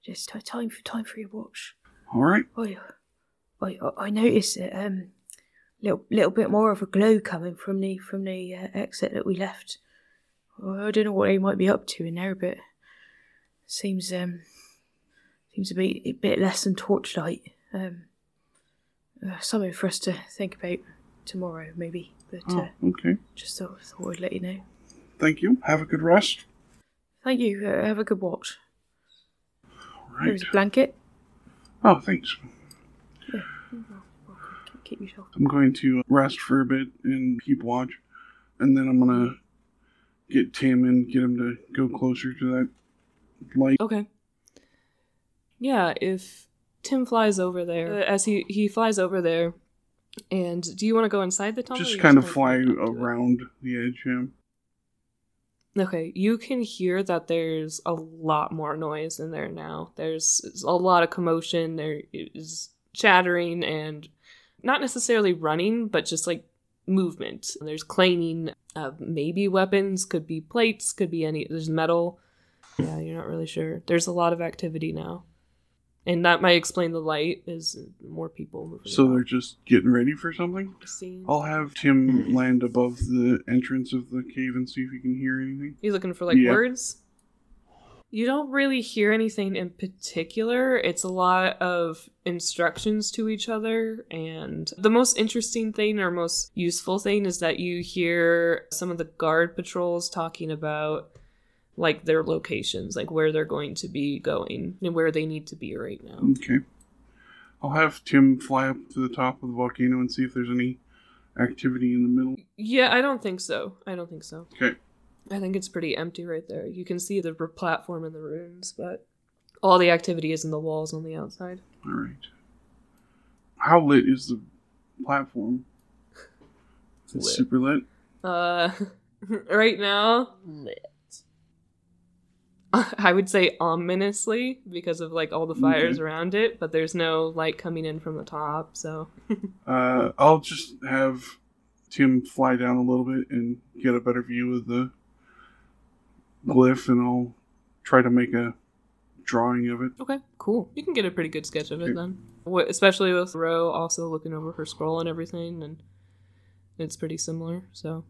Just t- time for time for your watch.
All right.
I I, I noticed that um
little little bit more of a glow coming from the from the uh, exit that we left. Well, I don't know what they might be up to in there, but seems um seems to be a bit less than torchlight. Um, uh, something for us to think about tomorrow, maybe. But uh,
Oh, okay.
just thought, thought I'd let you know.
Thank you. Have a good rest.
Thank you. Uh, have a good watch.
All right.
Here's a blanket.
Oh, thanks.
Keep- Keep yourself.
I'm going to rest for a bit and keep watch, and then I'm gonna get Tim and get him to go closer to that light.
Okay. Yeah, if Tim flies over there, uh, as he he flies over there, and do you want to go inside the tunnel? or
just
you
kind of fly
wanna up to it?
around the edge. Yeah.
Okay, you can hear that there's a lot more noise in there now. There's a lot of commotion. There is chattering and not necessarily running, but just like movement. There's clanging of maybe weapons, could be plates, could be any. There's metal. Yeah, you're not really sure. There's a lot of activity now. And that might explain the light is more people moving.
So
about.
they're just getting ready for something.
Seeing-
I'll have Tim land above the entrance of the cave and see if he can hear anything.
You looking for like
Yeah.
words? You don't really hear anything in particular. It's a lot of instructions to each other. And the most interesting thing or most useful thing is that you hear some of the guard patrols talking about like their locations, like where they're going to be going and where they need to be right now.
Okay. I'll have Tim fly up to the top of the volcano and see if there's any activity in the middle.
Yeah, I don't think so. I don't think so.
Okay.
I think it's pretty empty right there. You can see the r- platform and the runes, but all the activity is in the walls on the outside.
All right. How lit is the platform? Is it
Lit.
super lit?
Uh, (laughs) right now, (laughs)
Lit.
I would say ominously because of like all the fires around it, but there's no light coming in from the top, so
Uh, I'll just have Tim fly down a little bit and get a better view of the glyph, and I'll try to make a drawing of it.
okay, cool. You can get a pretty good sketch of it then, Wh- especially with Ro also looking over her scroll and everything, and it's pretty similar. So,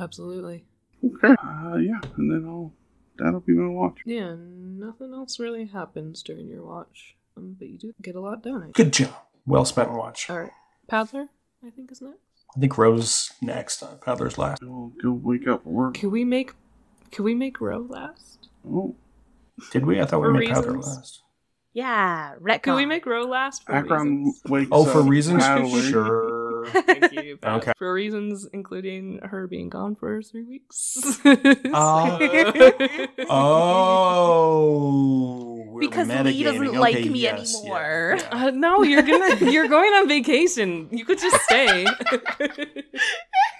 absolutely,
Okay. Uh, yeah, and then I'll that'll be my watch.
yeah. Nothing else really happens during your watch, um, but you do get a lot done. I
(laughs) Good job. Well spent watch.
All right, Paddler, I think is next.
I think Rose next. Uh, Paddler's last.
I'll go wake up work.
Can we make, can we make Ro last?
Oh,
Did we? I thought we
For
made Paddler
reasons.
last.
Yeah, retcon.
Can we make Row last for
Akron (laughs)
reasons?
wakes
Oh,
up.
for reasons?
Paddler.
Sure.
(laughs)
Thank (laughs) you. Pat.
Okay.
For reasons including her being gone for three weeks.
(laughs)
(laughs)
Oh. Oh. we're
Because Lee doesn't
mitigating.
like
Okay,
me
yes, yeah,
anymore.
yeah.
Uh, no, you're gonna you're going on vacation. You could just stay. (laughs)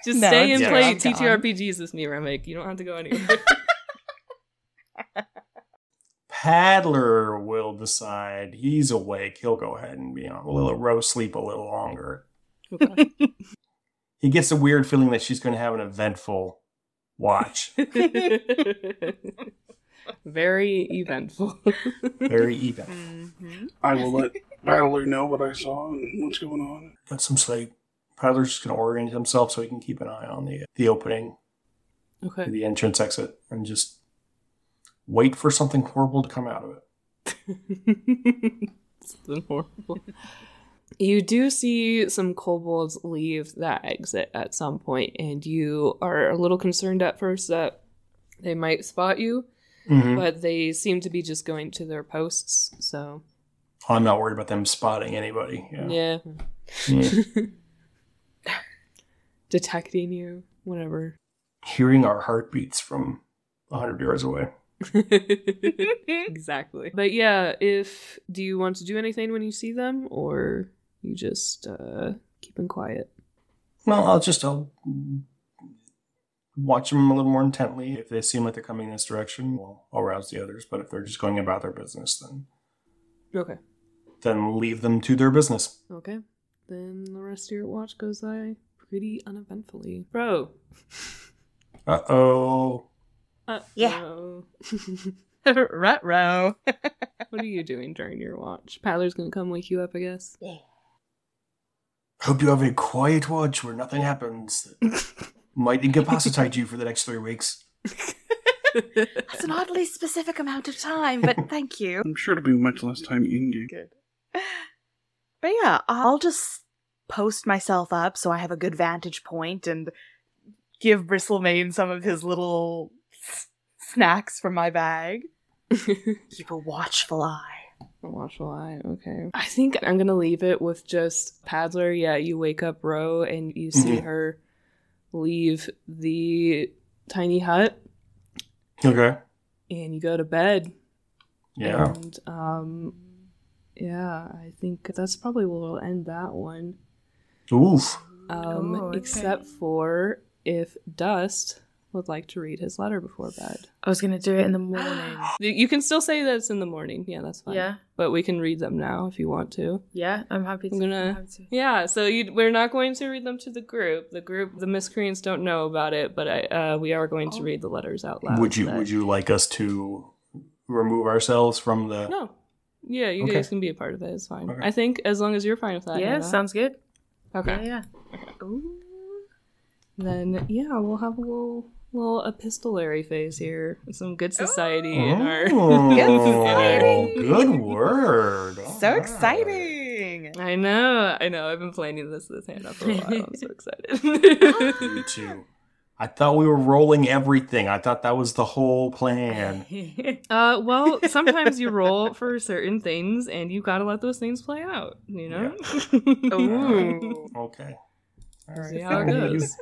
just
No,
stay and
it's
play
gone.
TTRPGs with me, Remek. You don't have to go anywhere. (laughs)
Paddler will decide he's awake. He'll go ahead and be on. We'll let Rose sleep a little longer.
Okay.
He gets a weird feeling that she's going to have an eventful watch.
Very eventful.
Very eventful.
Hmm. Mm-hmm. (laughs)
I will let Battler know what I saw and what's going on.
Get some sleep. Paddler's just going to orient himself so he can keep an eye on the the opening,
okay.
the entrance exit, and just wait for something horrible to come out of it.
Something horrible. (laughs) You do see some kobolds leave that exit at some point, and you are a little concerned at first that they might spot you,
Mhm.
but they seem to be just going to their posts. So
I'm not worried about them spotting anybody. Yeah.
yeah,
Yeah.
detecting you, whatever.
(laughs)
(laughs)
Hearing our heartbeats from 100 yards away.
exactly. But yeah, if do you want to do anything when you see them, or you just uh, keeping quiet?
Well, I'll just I'll watch them a little more intently. If they seem like they're coming in this direction, well, I'll rouse the others. But if they're just going about their business, then
Okay.
then leave them to their business.
Okay. Then the rest of your watch goes by pretty uneventfully. Bro.
Uh oh.
Uh,
Yeah.
(laughs) no.
Rut row.
(laughs) what are you doing during your watch? Paddler's gonna come wake you up, I guess.
Hope you have a quiet watch where nothing happens that might incapacitate you for the next three weeks.
That's an oddly specific amount of time, (laughs) but thank you.
I'm sure it'll be much less time in game.
Good.
But yeah, I'll just post myself up so I have a good vantage point and
Give Bristlemane some of his little s- snacks from my bag.
keep a watchful eye.
Watchful eye. Okay. I think I'm gonna leave it with just Paddler. Yeah, you wake up Ro and you see
Mhm.
her leave the tiny hut,
Okay.
and you go to bed.
Yeah.
And um, yeah, I think that's probably where we'll end that one.
Oof.
Um,
Oh, okay.
except for if Dust would like to read his letter before bed.
I was gonna do it in the morning.
You- You can still say that it's in the morning. Yeah, that's fine.
yeah,
But we can read them now if you want to.
yeah. I'm happy. To,
I'm gonna-
happy to.
Yeah, so you, we're not going to read them to the group. The group, the miscreants don't know about it, but I, uh, we are
Oh.
going to read the letters out loud.
Would you Would you like us to remove ourselves from the?
No. Yeah, you
Okay.
guys can be a part of it. It's fine.
Okay.
I think as long as you're fine with that.
yeah,
Hannah.
sounds good.
okay.
Yeah, yeah.
Ooh.
Then yeah, we'll have a little little epistolary phase here. Some good society in our.
Oh,
Yes.
good word.
So
All right.
exciting.
I know, I know. I've been planning this this hand up for a while. I'm so excited. (laughs)
You too. I thought we were rolling everything. I thought that was the whole plan.
(laughs)
Uh, well, sometimes you roll for certain things, and you gotta let those things play out. You know. (laughs)
Ooh.
Okay. All
See
(laughs)
how it
You-
goes.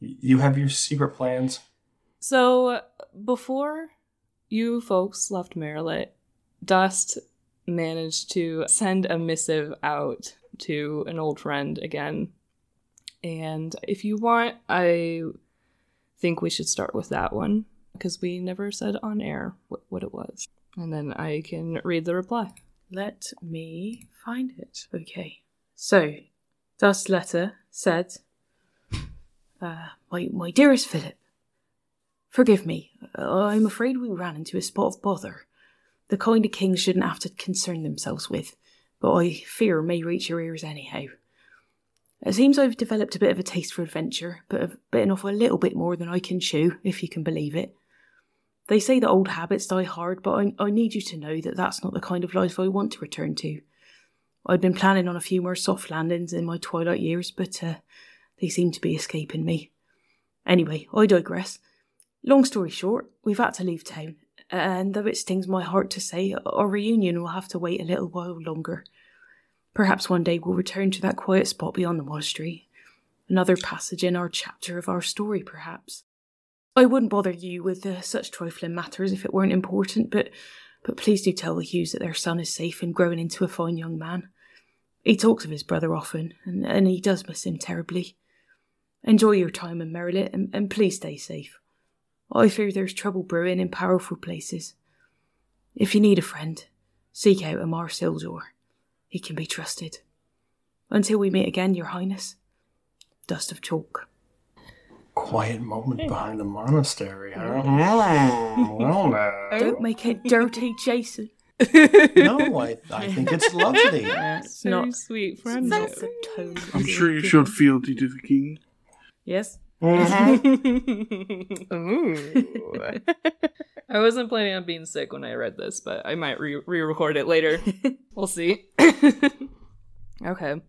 You, you have your secret plans.
So before you folks left Maryland, Dust managed to send a missive out to an old friend again. And if you want, I think we should start with that one because we never said on air what, what it was. And then I can read the reply.
Let me find it. Okay. So, Dust letter said, uh, my, my dearest Philip, forgive me. Uh, I'm afraid we ran into a spot of bother. The kind of kings shouldn't have to concern themselves with, but I fear may reach your ears anyhow. It seems I've developed a bit of a taste for adventure, but I've bitten off a little bit more than I can chew, if you can believe it. They say that old habits die hard, but I, I need you to know that that's not the kind of life I want to return to. I'd been planning on a few more soft landings in my twilight years, but uh, they seem to be escaping me. Anyway, I digress. Long story short, we've had to leave town, and though it stings my heart to say, our reunion will have to wait a little while longer. Perhaps one day we'll return to that quiet spot beyond the monastery. Another passage in our chapter of our story, perhaps. I wouldn't bother you with uh, such trifling matters if it weren't important, but but please do tell the Hughes that their son is safe and growing into a fine young man. He talks of his brother often, and, and he does miss him terribly. Enjoy your time in Merrillet, and, and please stay safe. I fear there's trouble brewing in powerful places. If you need a friend, seek out Amar Sildor. He can be trusted. Until we meet again, Your Highness. Dust of Chalk.
Quiet moment behind the monastery. Huh? Mm, well, now.
(laughs) Don't make it (laughs) dirty, Jason.
No, I, I think it's lovely.
That's
Very
not
sweet friend.
That's the tone.
I'm sure you showed fealty to the king.
Yes.
(laughs)
Mm-hmm.
Mhm.
(laughs)
Ooh.
I wasn't planning on being sick when I read this, but I might re record it later. we'll see. (laughs) okay.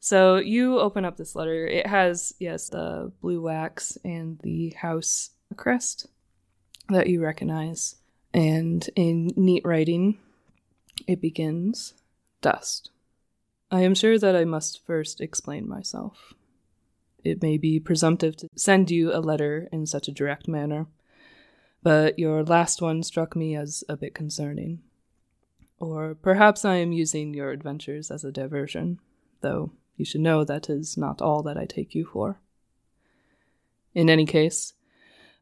So you open up this letter. It has, yes, the blue wax and the house crest that you recognize. And in neat writing, it begins Dust. I am sure that I must first explain myself. It may be presumptive to send you a letter in such a direct manner, but your last one struck me as a bit concerning. Or perhaps I am using your adventures as a diversion, though you should know that is not all that I take you for. In any case,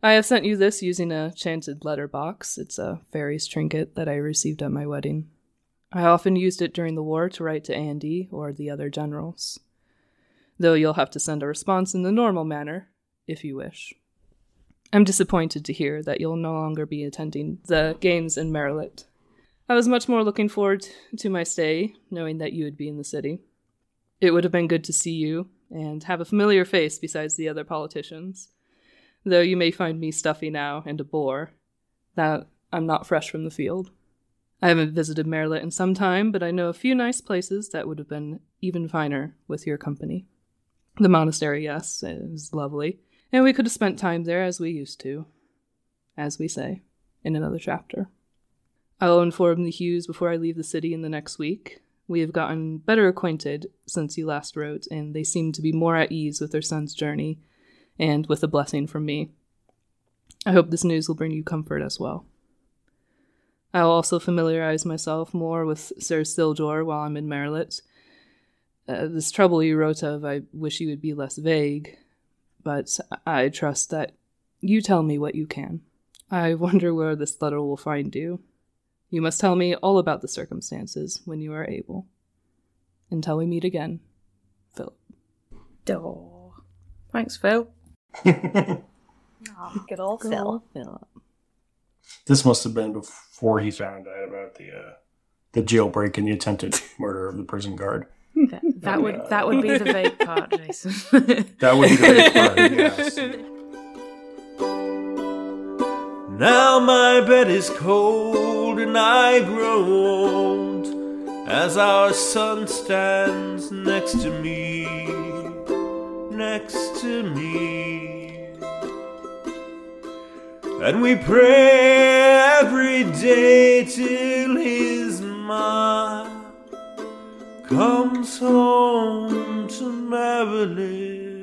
I have sent you this using a chanted letter box. It's a fairy's trinket that I received at my wedding. I often used it during the war to write to Andy or the other generals, though you'll have to send a response in the normal manner, if you wish. I'm disappointed to hear that you'll no longer be attending the games in Maryland. I was much more looking forward to my stay, knowing that you would be in the city. It would have been good to see you and have a familiar face besides the other politicians. Though you may find me stuffy now and a bore, that I'm not fresh from the field. I haven't visited Merlet in some time, but I know a few nice places that would have been even finer with your company. The monastery, yes, is lovely, and we could have spent time there as we used to, as we say, in another chapter. I will inform the Hughes before I leave the city in the next week. We have gotten better acquainted since you last wrote, and they seem to be more at ease with their son's journey and with a blessing from me. I hope this news will bring you comfort as well. I will also familiarize myself more with Sir Sildor while I'm in Merlet. Uh, this trouble you wrote of, I wish you would be less vague, but I trust that you tell me what you can. I wonder where this letter will find you. You must tell me all about the circumstances when you are able. Until we meet again, Philip.
Duh. Thanks, Phil.
(laughs) Aw, good old Phil.
Philip.
This must have been before he found out about the uh, the jailbreak and the attempted murder of the prison guard.
That, that would that would (laughs) be the vague part, Jason. (laughs)
That would be the big part, yes.
Now my bed is cold and I grow old as our sun stands next to me, next to me. And we pray every day till his ma comes home to Maryland.